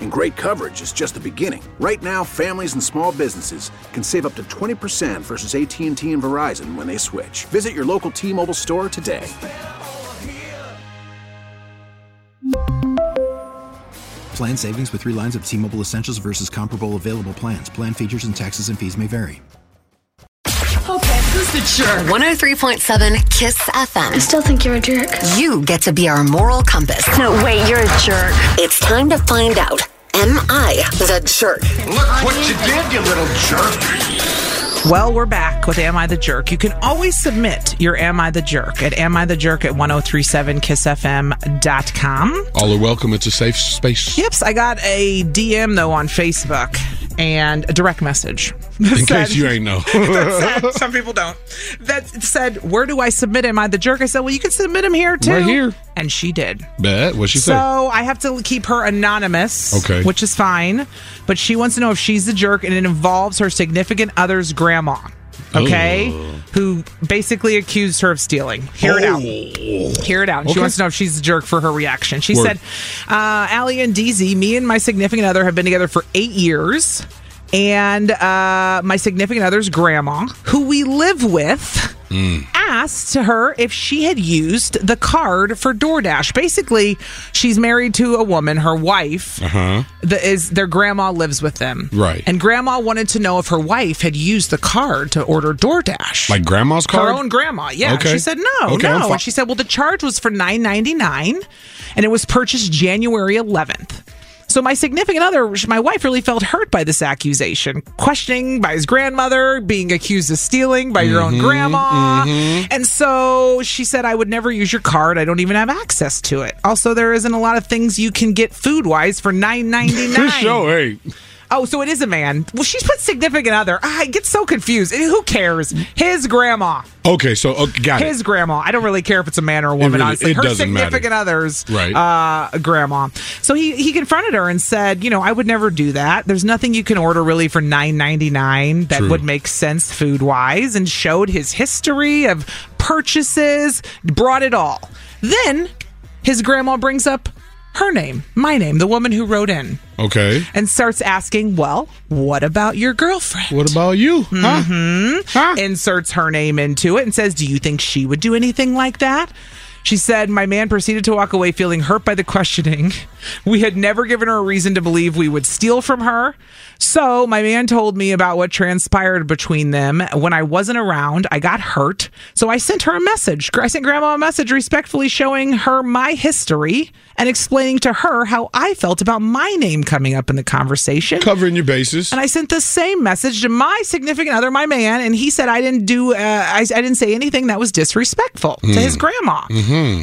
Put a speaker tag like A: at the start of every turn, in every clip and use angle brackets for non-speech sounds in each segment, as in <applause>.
A: And great coverage is just the beginning. Right now, families and small businesses can save up to 20% versus AT&T and Verizon when they switch. Visit your local T-Mobile store today.
B: Plan savings with three lines of T-Mobile Essentials versus comparable available plans. Plan features and taxes and fees may vary.
C: Okay, who's the jerk?
D: oh-
E: 103.7 Kiss
F: I
E: FM.
F: still think you're a jerk.
E: You get to be our moral compass.
C: No, wait, you're a jerk.
E: It's time to find out. Am I the jerk?
G: Look what you did, you little jerk.
D: Well, we're back with Am I the Jerk? You can always submit your Am I the Jerk at am I the jerk at 1037kissfm.com.
G: All are welcome. It's a safe space.
D: Yips, I got a DM though on Facebook and a direct message.
G: In case you ain't know.
D: <laughs> that said, some people don't. That said, where do I submit Am I the Jerk? I said, well, you can submit him here too.
G: Right here.
D: And she did.
G: Bet. What'd she
D: So
G: say?
D: I have to keep her anonymous,
G: Okay.
D: which is fine. But she wants to know if she's the jerk, and it involves her significant other's grandma. Okay, who basically accused her of stealing. Hear it out. Hear it out. And
G: Oh.
D: She
G: Okay.
D: wants to know if she's the jerk for her reaction. She
G: Word.
D: said, uh, "Allie and DZ, me and my significant other have been together for eight years, and uh, my significant other's grandma, who we live with." asked her if she had used the card for DoorDash. Basically, she's married to a woman, her wife,
G: Huh?
D: the, is their grandma lives with them.
G: Uh-huh. Right.
D: And grandma wanted to know if her wife had used the card to order DoorDash.
G: Like grandma's card?
D: her own grandma. Yeah.
G: Okay.
D: She said no,
G: Okay, I'm
D: no.
G: fi-
D: and she said, well, the charge was for nine ninety nine, and it was purchased January eleventh. So my significant other, my wife, really felt hurt by this accusation, questioning by his grandmother, being accused of stealing by your own
G: Mm-hmm,
D: grandma, and so she said, "I would never use your card. I don't even have access to it. Also, there isn't a lot of things you can get food wise for nine ninety
G: <laughs>
D: nine.
G: Show, hey.
D: Oh, so it is a man. Well, she's put significant other. I get so confused. And Who cares? His grandma.
G: Okay, so okay, got
D: His
G: it.
D: grandma. I don't really care if it's a man or a woman,
G: really-
D: honestly.
G: it
D: Her
G: doesn't matter.
D: significant other's
G: Right.
D: uh, grandma. So he, he confronted her and said, you know, I would never do that. There's nothing you can order really for nine ninety nine that
G: True.
D: would make sense food wise, and showed his history of purchases, brought it all. Then his grandma brings up her name, my name, the woman who wrote in
G: Okay.
D: and starts asking, Well, what about your girlfriend?
G: What about you? Huh?
D: Mm-hmm.
G: Huh?
D: Inserts her name into it and says, Do you think she would do anything like that? She said, My man proceeded to walk away feeling hurt by the questioning. We had never given her a reason to believe we would steal from her. So, my man told me about what transpired between them. When I wasn't around, I got hurt. So, I sent her a message. I sent grandma a message respectfully showing her my history and explaining to her how I felt about my name coming up in the conversation.
G: Covering your bases.
D: And I sent the same message to my significant other, my man, and he said I didn't do, uh, I, I didn't say anything that was disrespectful to his grandma.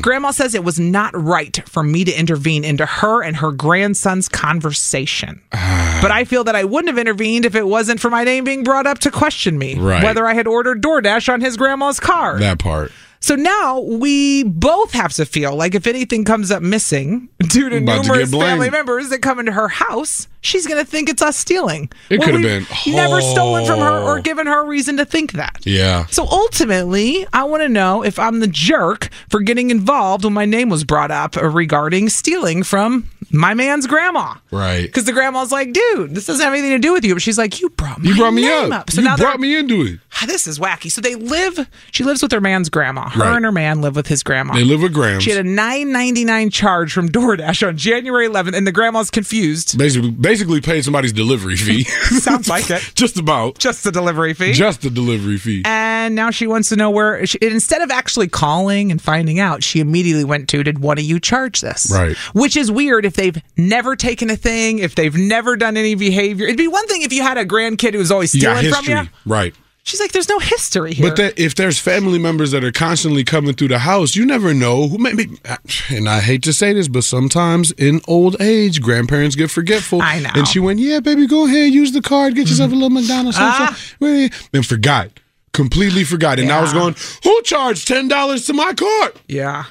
D: Grandma says it was not right for me to intervene into her and her grandson's conversation. but I feel that I wouldn't have intervened if it wasn't for my name being brought up to question me
G: Right.
D: whether I had ordered DoorDash on his grandma's card.
G: That part.
D: So now we both have to feel like if anything comes up missing <laughs> due to
G: About to get
D: numerous family
G: blamed.
D: members that come into her house, she's going to think it's us stealing.
G: It
D: When
G: could have
D: we've
G: been-
D: never stolen from her or
G: Oh.
D: given her reason to think that.
G: Yeah.
D: So ultimately, I want to know if I'm the jerk for getting involved when my name was brought up regarding stealing from my man's grandma.
G: Right.
D: Because the grandma's like, dude, this doesn't have anything to do with you. But she's like, you brought my
G: You brought me
D: name
G: up.
D: up. So
G: you
D: now they're-
G: brought me into it.
D: Ah, this is wacky. So they live. She lives with her man's grandma. Her
G: Right.
D: and her man live with his grandma.
G: They live with Grams.
D: She had a nine ninety nine charge from DoorDash on January 11th, and the
G: <laughs>
D: grandma's confused.
G: basically, basically paid somebody's delivery fee.
D: <laughs>
G: <laughs>
D: Sounds like it.
G: Just about.
D: Just the delivery fee.
G: Just the delivery fee.
D: and now she wants to know where. She, and instead of actually calling and finding out, she immediately went to, "Did one of you charge this?"
G: Right.
D: Which is weird if they've never taken a thing, if they've never done any behavior. It'd be one thing if you had a grandkid who was always
G: You got
D: stealing from
G: history.
D: you.
G: Right.
D: She's like, "There's no history here."
G: But that, if there's family members that are constantly coming through the house, you never know who may be. <sighs> And I hate to say this, but sometimes in old age, grandparents get forgetful.
D: I know.
G: And she went, "Yeah, baby, go ahead, use the card, get yourself a little McDonald's,
D: Ah.
G: something," and forgot, completely forgot. And I was going, "Who charged ten dollars to my card?"
D: yeah,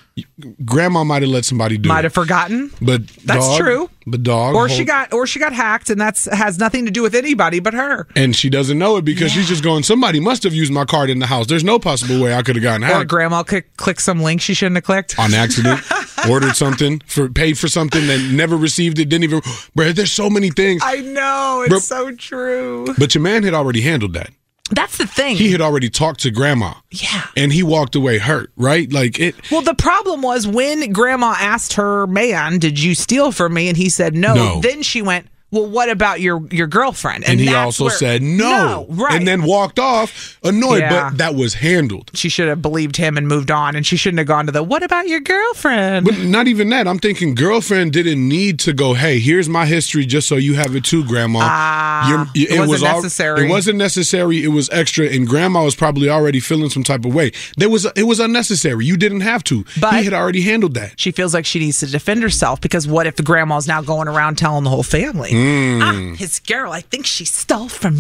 G: Grandma might have let somebody do
D: might
G: it,
D: have forgotten.
G: but
D: That's
G: dog-
D: true.
G: But dog,
D: or she
G: hold-
D: got or she got hacked and that's has nothing to do with anybody but her
G: And she doesn't know it because she's just going. Somebody must have used my card in the house. There's no possible way I could have gotten
D: or
G: hacked.
D: grandma click, clicked some link she shouldn't have clicked
G: on
D: <laughs>
G: accident, ordered something for paid for something and never received it, didn't even. Bro, there's so many things.
D: i know it's
G: Bro-
D: so true
G: but your man had already handled that.
D: that's the thing
G: He had already talked to grandma.
D: Yeah.
G: And he walked away hurt, right? Like it.
D: well the problem was when grandma asked her man did you steal from me and he said no,
G: No.
D: then she went well what about your your girlfriend
G: And, he
D: that's
G: also
D: where-
G: said no.
D: right
G: And then walked off annoyed,
D: Yeah.
G: but that was handled.
D: she should have believed him and moved on and she shouldn't have gone to the what about your girlfriend
G: But not even that. I'm thinking girlfriend didn't need to go, hey, here's my history just so you have it too, grandma. Ah,
D: it wasn't necessary.
G: it wasn't necessary. It was extra. And grandma was probably already feeling some type of way. There was it was unnecessary. You didn't have to.
D: But-
G: he had already handled that.
D: she feels like she needs to defend herself because what if the grandma's now going around telling the whole family,
G: Hmm.
D: ah, his girl, I think she stole from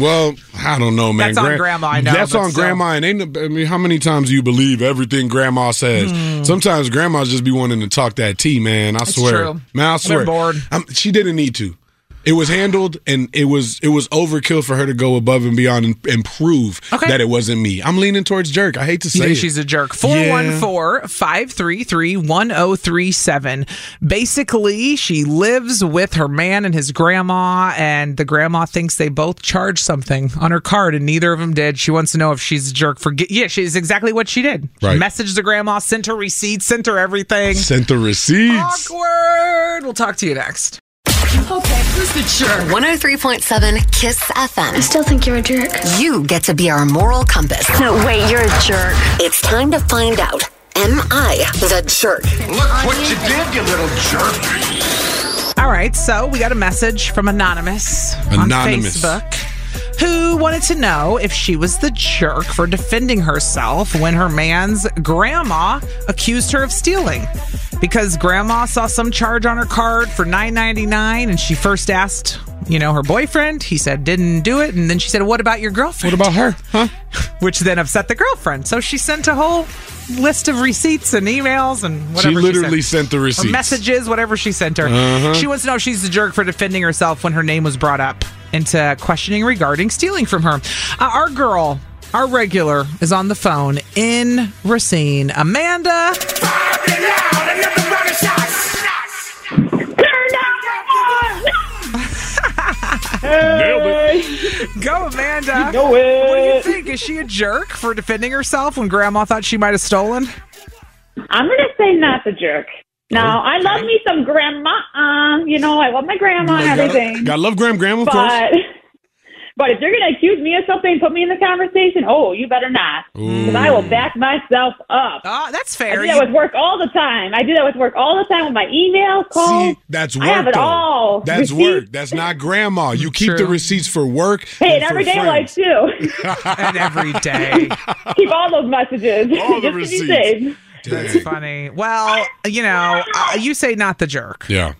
G: Mm, well, I don't know, man.
D: That's on grandma, I know,
G: That's
D: but
G: on
D: still.
G: grandma. And ain't, no- I mean, how many times do you believe everything grandma says?
D: Hmm.
G: Sometimes grandma's just be wanting to talk that tea, man. I swear,
D: true.
G: man. I
D: They're
G: swear,
D: bored.
G: I'm, she didn't need to. It was handled, and it was it was overkill for her to go above and beyond and, and prove
D: Okay.
G: that it wasn't me. I'm leaning towards jerk. I hate to
D: You
G: say
D: think
G: it.
D: she's a jerk. 414 533 1037. Basically, she lives with her man and his grandma, and the grandma thinks they both charged something on her card, and neither of them did. She wants to know if she's a jerk for. Get- yeah, she's exactly what she did. She
G: Right.
D: messaged the grandma, sent her receipts, sent her everything.
G: sent the receipts.
D: Awkward. We'll talk to you next.
E: 103.7 Kiss
C: I
E: FM.
C: still think you're a jerk.
E: You get to be our moral compass.
C: No, wait, you're a jerk.
E: It's time to find out. Am I the jerk?
A: Look what you did, you little jerk.
D: All right, so we got a message from Anonymous,
G: Anonymous.
D: on Facebook who wanted to know if she was the jerk for defending herself when her man's grandma accused her of stealing. Because grandma saw some charge on her card for $9.99 and she first asked, you know, her boyfriend. He said, didn't do it. And then she said, what about your girlfriend?
G: What about her? Huh?
D: Which then upset the girlfriend. So she sent a whole list of receipts and emails and
G: she
D: whatever.
G: literally
D: sent
G: sent the
D: or
G: receipts. Uh-huh.
D: messages, whatever she sent her. She wants to know if she's the jerk for defending herself when her name was brought up into questioning regarding stealing from her. Uh, our girl, our regular, is on the phone in Racine. Amanda. Go, Amanda. Go it. What do you think? Is she a jerk for defending herself when grandma thought she might have stolen?
F: I'm gonna say not the jerk. No,
E: Oh,
F: I love me some grandma. Uh, you know, I love my grandma and everything.
G: Got love, Graham. Graham, of course.
F: but but if you're gonna accuse me of something, put me in the conversation. Oh, you better not, because I will back myself up.
D: Oh, that's
F: I
D: fair.
F: do
D: You-
F: that with work all the time. I do that with work all the time with my email calls.
G: See, that's work.
F: I have it
G: though.
F: all.
G: That's
F: Receipts.
G: work. That's not grandma. You keep
D: True.
G: the receipts for work.
F: Hey, and
G: for
F: everyday
G: friends.
F: life <laughs> too.
G: <laughs>
D: and every day.
F: Keep all those messages
G: All the
F: <laughs> just to be
G: receipts.
F: safe.
D: That's funny. Well, you know, uh, you say not the jerk.
G: Yeah.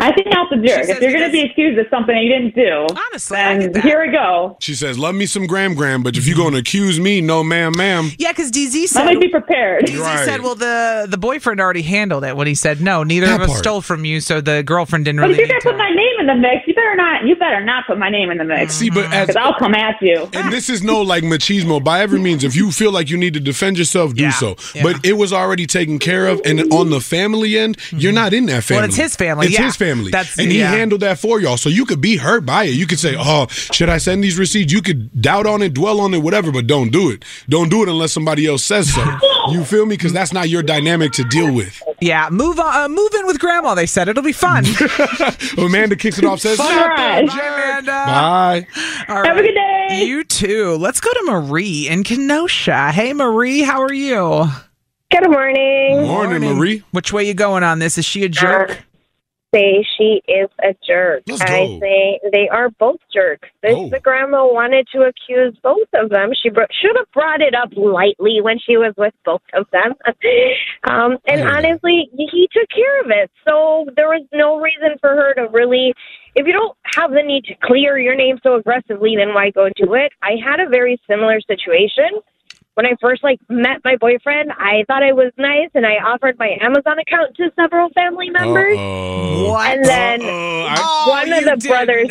F: I think that's a jerk. If you're going to be accused of something you didn't do, honestly, then here we go.
G: She says, "Love me some Graham Graham, but if you're going to accuse me, no, ma'am, ma'am."
D: Yeah, because DZ
F: said. Let me be prepared.
D: He said, "Well, the the boyfriend already handled it when he said no. Neither of us stole from you, so the girlfriend didn't
F: But
D: really."
F: if you're gonna put my name in the mix, you better not. You better not put my name in the mix.
G: See, but as-
F: 'Cause I'll come at you.
G: And this is no like machismo by every means. If you feel like you need to defend yourself, do so. But it was already taken care of, and on the family end, you're not in that
D: Mm-hmm. Well,
G: family.
D: it's his family,
G: It's
D: yeah.
G: his family.
D: That's-
G: and he
D: yeah.
G: handled that for y'all, so you could be hurt by it. You could say, "Oh, should I send these receipts?" You could doubt on it, dwell on it, whatever. But don't do it. Don't do it unless somebody else says
H: <laughs>
G: so. you feel me? Because that's not your dynamic to deal with.
D: yeah, move on. Uh, move in with grandma. They said it'll
G: <laughs>
D: be fun.
G: Amanda kicks it off. Says,
D: All
G: "Not that
D: right. Bye, Amanda.
G: Bye.
D: All right. Have a good day. uh, You too. Let's go to Marie in Kenosha. Hey, Marie, how are you?
H: Good morning. Uh,
G: Morning, Marie.
D: Which way you going on this? Is she a jerk?
H: Say she is a jerk. I say they are both jerks. This,
D: Oh.
G: Oh.
H: The grandma wanted to accuse both of them. She br- should have brought it up lightly when she was with both of them. <laughs> um, and honestly, he took care of it. So there was no reason for her to really. If you don't have the need to clear your name so aggressively, then why go do it? I had a very similar situation. when I first like met my boyfriend, I thought I was nice and I offered my Amazon account to several family members.
G: What?
H: And then
G: Oh. Uh, I-
H: one
G: Oh,
H: of the
G: you did
H: brothers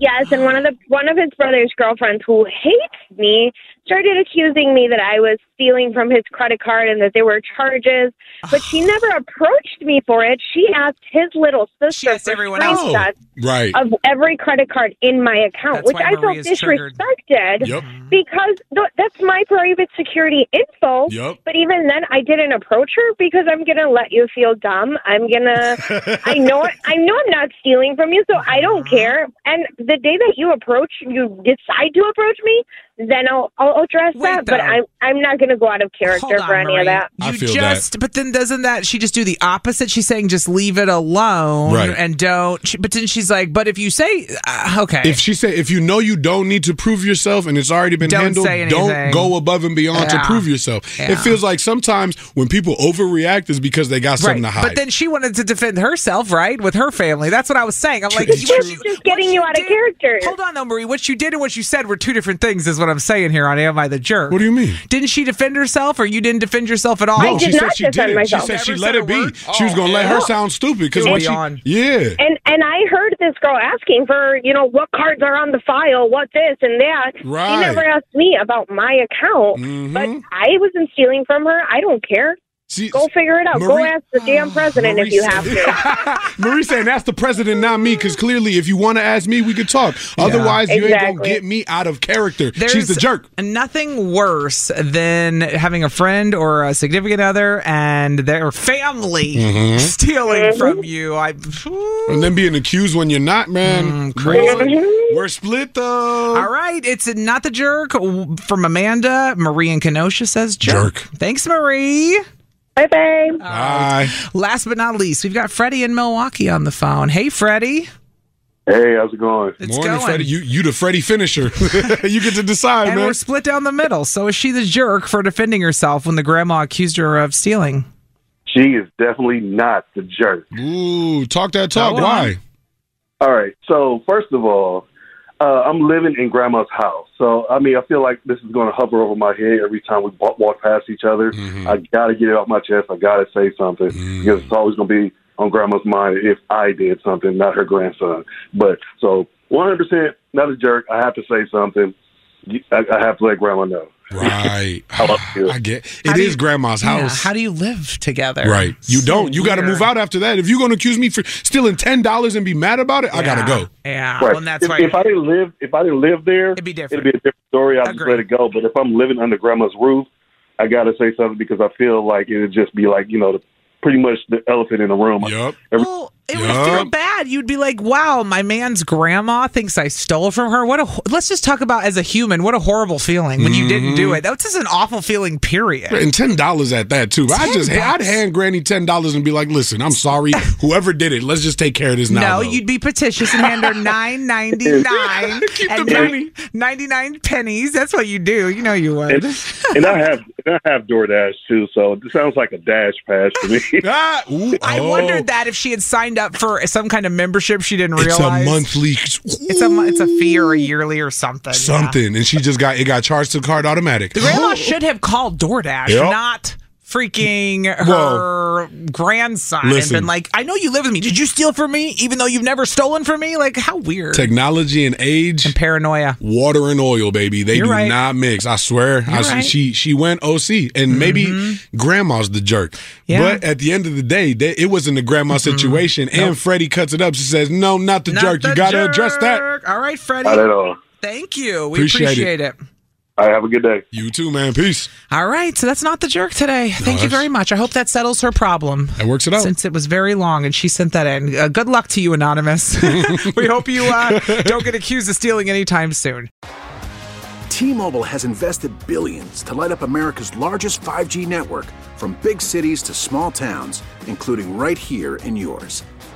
H: Yes, and one of the one of his brother's girlfriends who hates me started accusing me that I was stealing from his credit card and that there were charges. But she never approached me for it. She asked his little sister for everyone
G: else. Right.
H: of every credit card in my account,
G: That's
H: which
G: why
H: I felt
G: Marie is triggered.
H: disrespected
G: Yep.
H: because th- that's my private security info.
G: Yep.
H: But even then, I didn't approach her because I'm gonna let you feel dumb. I'm gonna, I know, I know, I'm not stealing from you, so I don't care. And the day that you approach, you decide to approach me, then I'll I'll address that. But
D: though.
H: I'm I'm not gonna go out of character
D: Hold
H: for
D: on,
H: any
D: Marie.
H: of that.
D: You just, but then doesn't that she just do the opposite? She's saying just leave it alone
G: Right.
D: and don't. She, but then she's like, but if you say uh, okay,
G: If she said, if you know you don't need to prove yourself and it's already been
D: Don't
G: handled,
D: say anything.
G: don't go above and beyond
D: Yeah.
G: to prove yourself.
D: Yeah.
G: It feels like sometimes when people overreact is because they got something to hide.
D: But then she wanted to defend herself, right, with her family. That's what I was saying. I'm like,
G: It's
D: what
G: true.
D: you-
H: Just getting you out of character.
D: hold on though, Marie. What you did and what you said were two different things, is what I'm saying here on Am I the Jerk? What
G: do you mean?
D: Didn't she defend herself, or you didn't defend yourself at all?
G: no, she said she did it. She said she let it be. She was gonna let her
H: No.
G: sound stupid because
D: You're
G: when she,
D: Oh. beyond.
G: yeah,
H: And and I heard this girl asking for, you know, what cards are on the file, what this and that.
G: Right.
H: She never asked me about my account. But I wasn't stealing from her. I don't care.
G: Go
H: figure it out. Go
G: Marie-
H: ask the damn president if you have to.
G: <laughs> Marie saying that's the president, not me. Because clearly, if you want to ask me, we could talk. Otherwise, you ain't gonna
D: Exactly.
G: get me out of character. She's the jerk.
D: Nothing worse than having a friend or a significant other and their family
G: Mhm.
D: stealing
I: Mm-hmm.
D: from you. I
G: And then being accused when you're not, man.
D: Mm, crazy.
G: Boy, We're split though.
D: All right, it's not the jerk from Amanda. Marie in Kenosha says jerk. Thanks, Marie.
H: Bye bye.
G: Bye.
D: Last but not least, we've got Freddie in Milwaukee on the phone. Hey, Freddie.
I: Hey, how's it going?
G: Morning,
D: going.
G: Freddie. You you the Freddie finisher. <laughs> you get to decide,
D: and
G: man.
D: we're split down the middle. So is she the jerk for defending herself when the grandma accused her of stealing?
I: She is definitely not the jerk.
G: Ooh, talk that
D: talk. Go on. Why?
I: All right. So first of all, uh, I'm living in grandma's house, so I mean, I feel like this is going to hover over my head every time we walk, walk past each other. I got to get it off my chest. I got to say something because it's always going to be on grandma's mind if I did something, not her grandson. But so 100% not a jerk. I have to say something. You- I, I have to let grandma know.
G: Right. <sighs> I get it is grandma's house.
D: How do you live together?
G: Right. You
D: So
G: don't. You got to
D: weird.
G: move out after that. If you're going to accuse me for stealing ten dollars and be mad about it, I got to go.
D: Yeah.
I: Right.
D: Well, that's
I: if,
D: why.
I: if I didn't live, if I didn't live there, it'd be
D: different.
I: It'd be a different story. I'd just let it go. But if I'm living under grandma's roof, I gotta say
G: <laughs>
I: something because I feel like it'd just be like you know, the, pretty much the elephant in the room.
G: Yep.
D: Well, It would feel bad. You'd be like, "Wow, my man's grandma thinks I stole from her." What a ho- let's just talk about as a human. What a horrible feeling when you didn't
G: Mm-hmm.
D: do it. That's just an awful feeling. Period.
G: And ten dollars at that too. I just
D: $10?
G: I'd hand Granny ten dollars and be like, "Listen, I'm <laughs> sorry. Whoever did it, let's just take care of this now."
D: no,
G: though."
D: you'd be petitious and
G: <laughs>
D: hand her nine ninety nine and ninety nine pennies. That's what you do. You know you would.
I: And, and I have and I have DoorDash too, so it sounds like a dash pass to me. <laughs>
G: Ah, Oh.
D: I wondered that if she had signed up for some kind of membership, she didn't
G: It's a
D: realize
G: monthly.
D: It's a mo- it's a fee or a yearly or something. yeah.
G: something, and she just got it got charged to the card automatic. <gasps>
D: The grandma should have called DoorDash,
G: Yep.
D: not freaking her
G: Well,
D: grandson,
G: listen.
D: and been like, "I know you live with me. Did you steal from me? Even though you've never stolen from me? Like, how weird."
G: Technology and age and
D: paranoia,
G: water and oil, baby. They
D: You're
G: do
D: right.
G: not mix. I swear. I,
D: You're right. Mm-hmm.
G: She she went OC, and maybe grandma's the jerk.
D: Yeah. Mm-hmm.
G: But at the end of the day, they, it wasn't the grandma situation. And Freddie cuts it up. She says, "No, not the
D: Not
G: jerk.
D: the
G: you got to address that."
D: jerk. All right, Freddie.
G: Not at all.
D: Thank you. We appreciate,
G: Appreciate it.
D: it.
G: All right, have a good day. You too, man. Peace.
D: All right, so that's not the jerk today. Thank you
G: that's-
D: very much. I hope that settles her problem.
G: That works it out.
D: Since it was very long and she sent that in. Uh, good luck to you, Anonymous. <laughs> we hope you uh, don't get accused of stealing anytime soon.
A: T-Mobile has invested billions to light up America's largest 5G network from big cities to small towns, including right here in yours.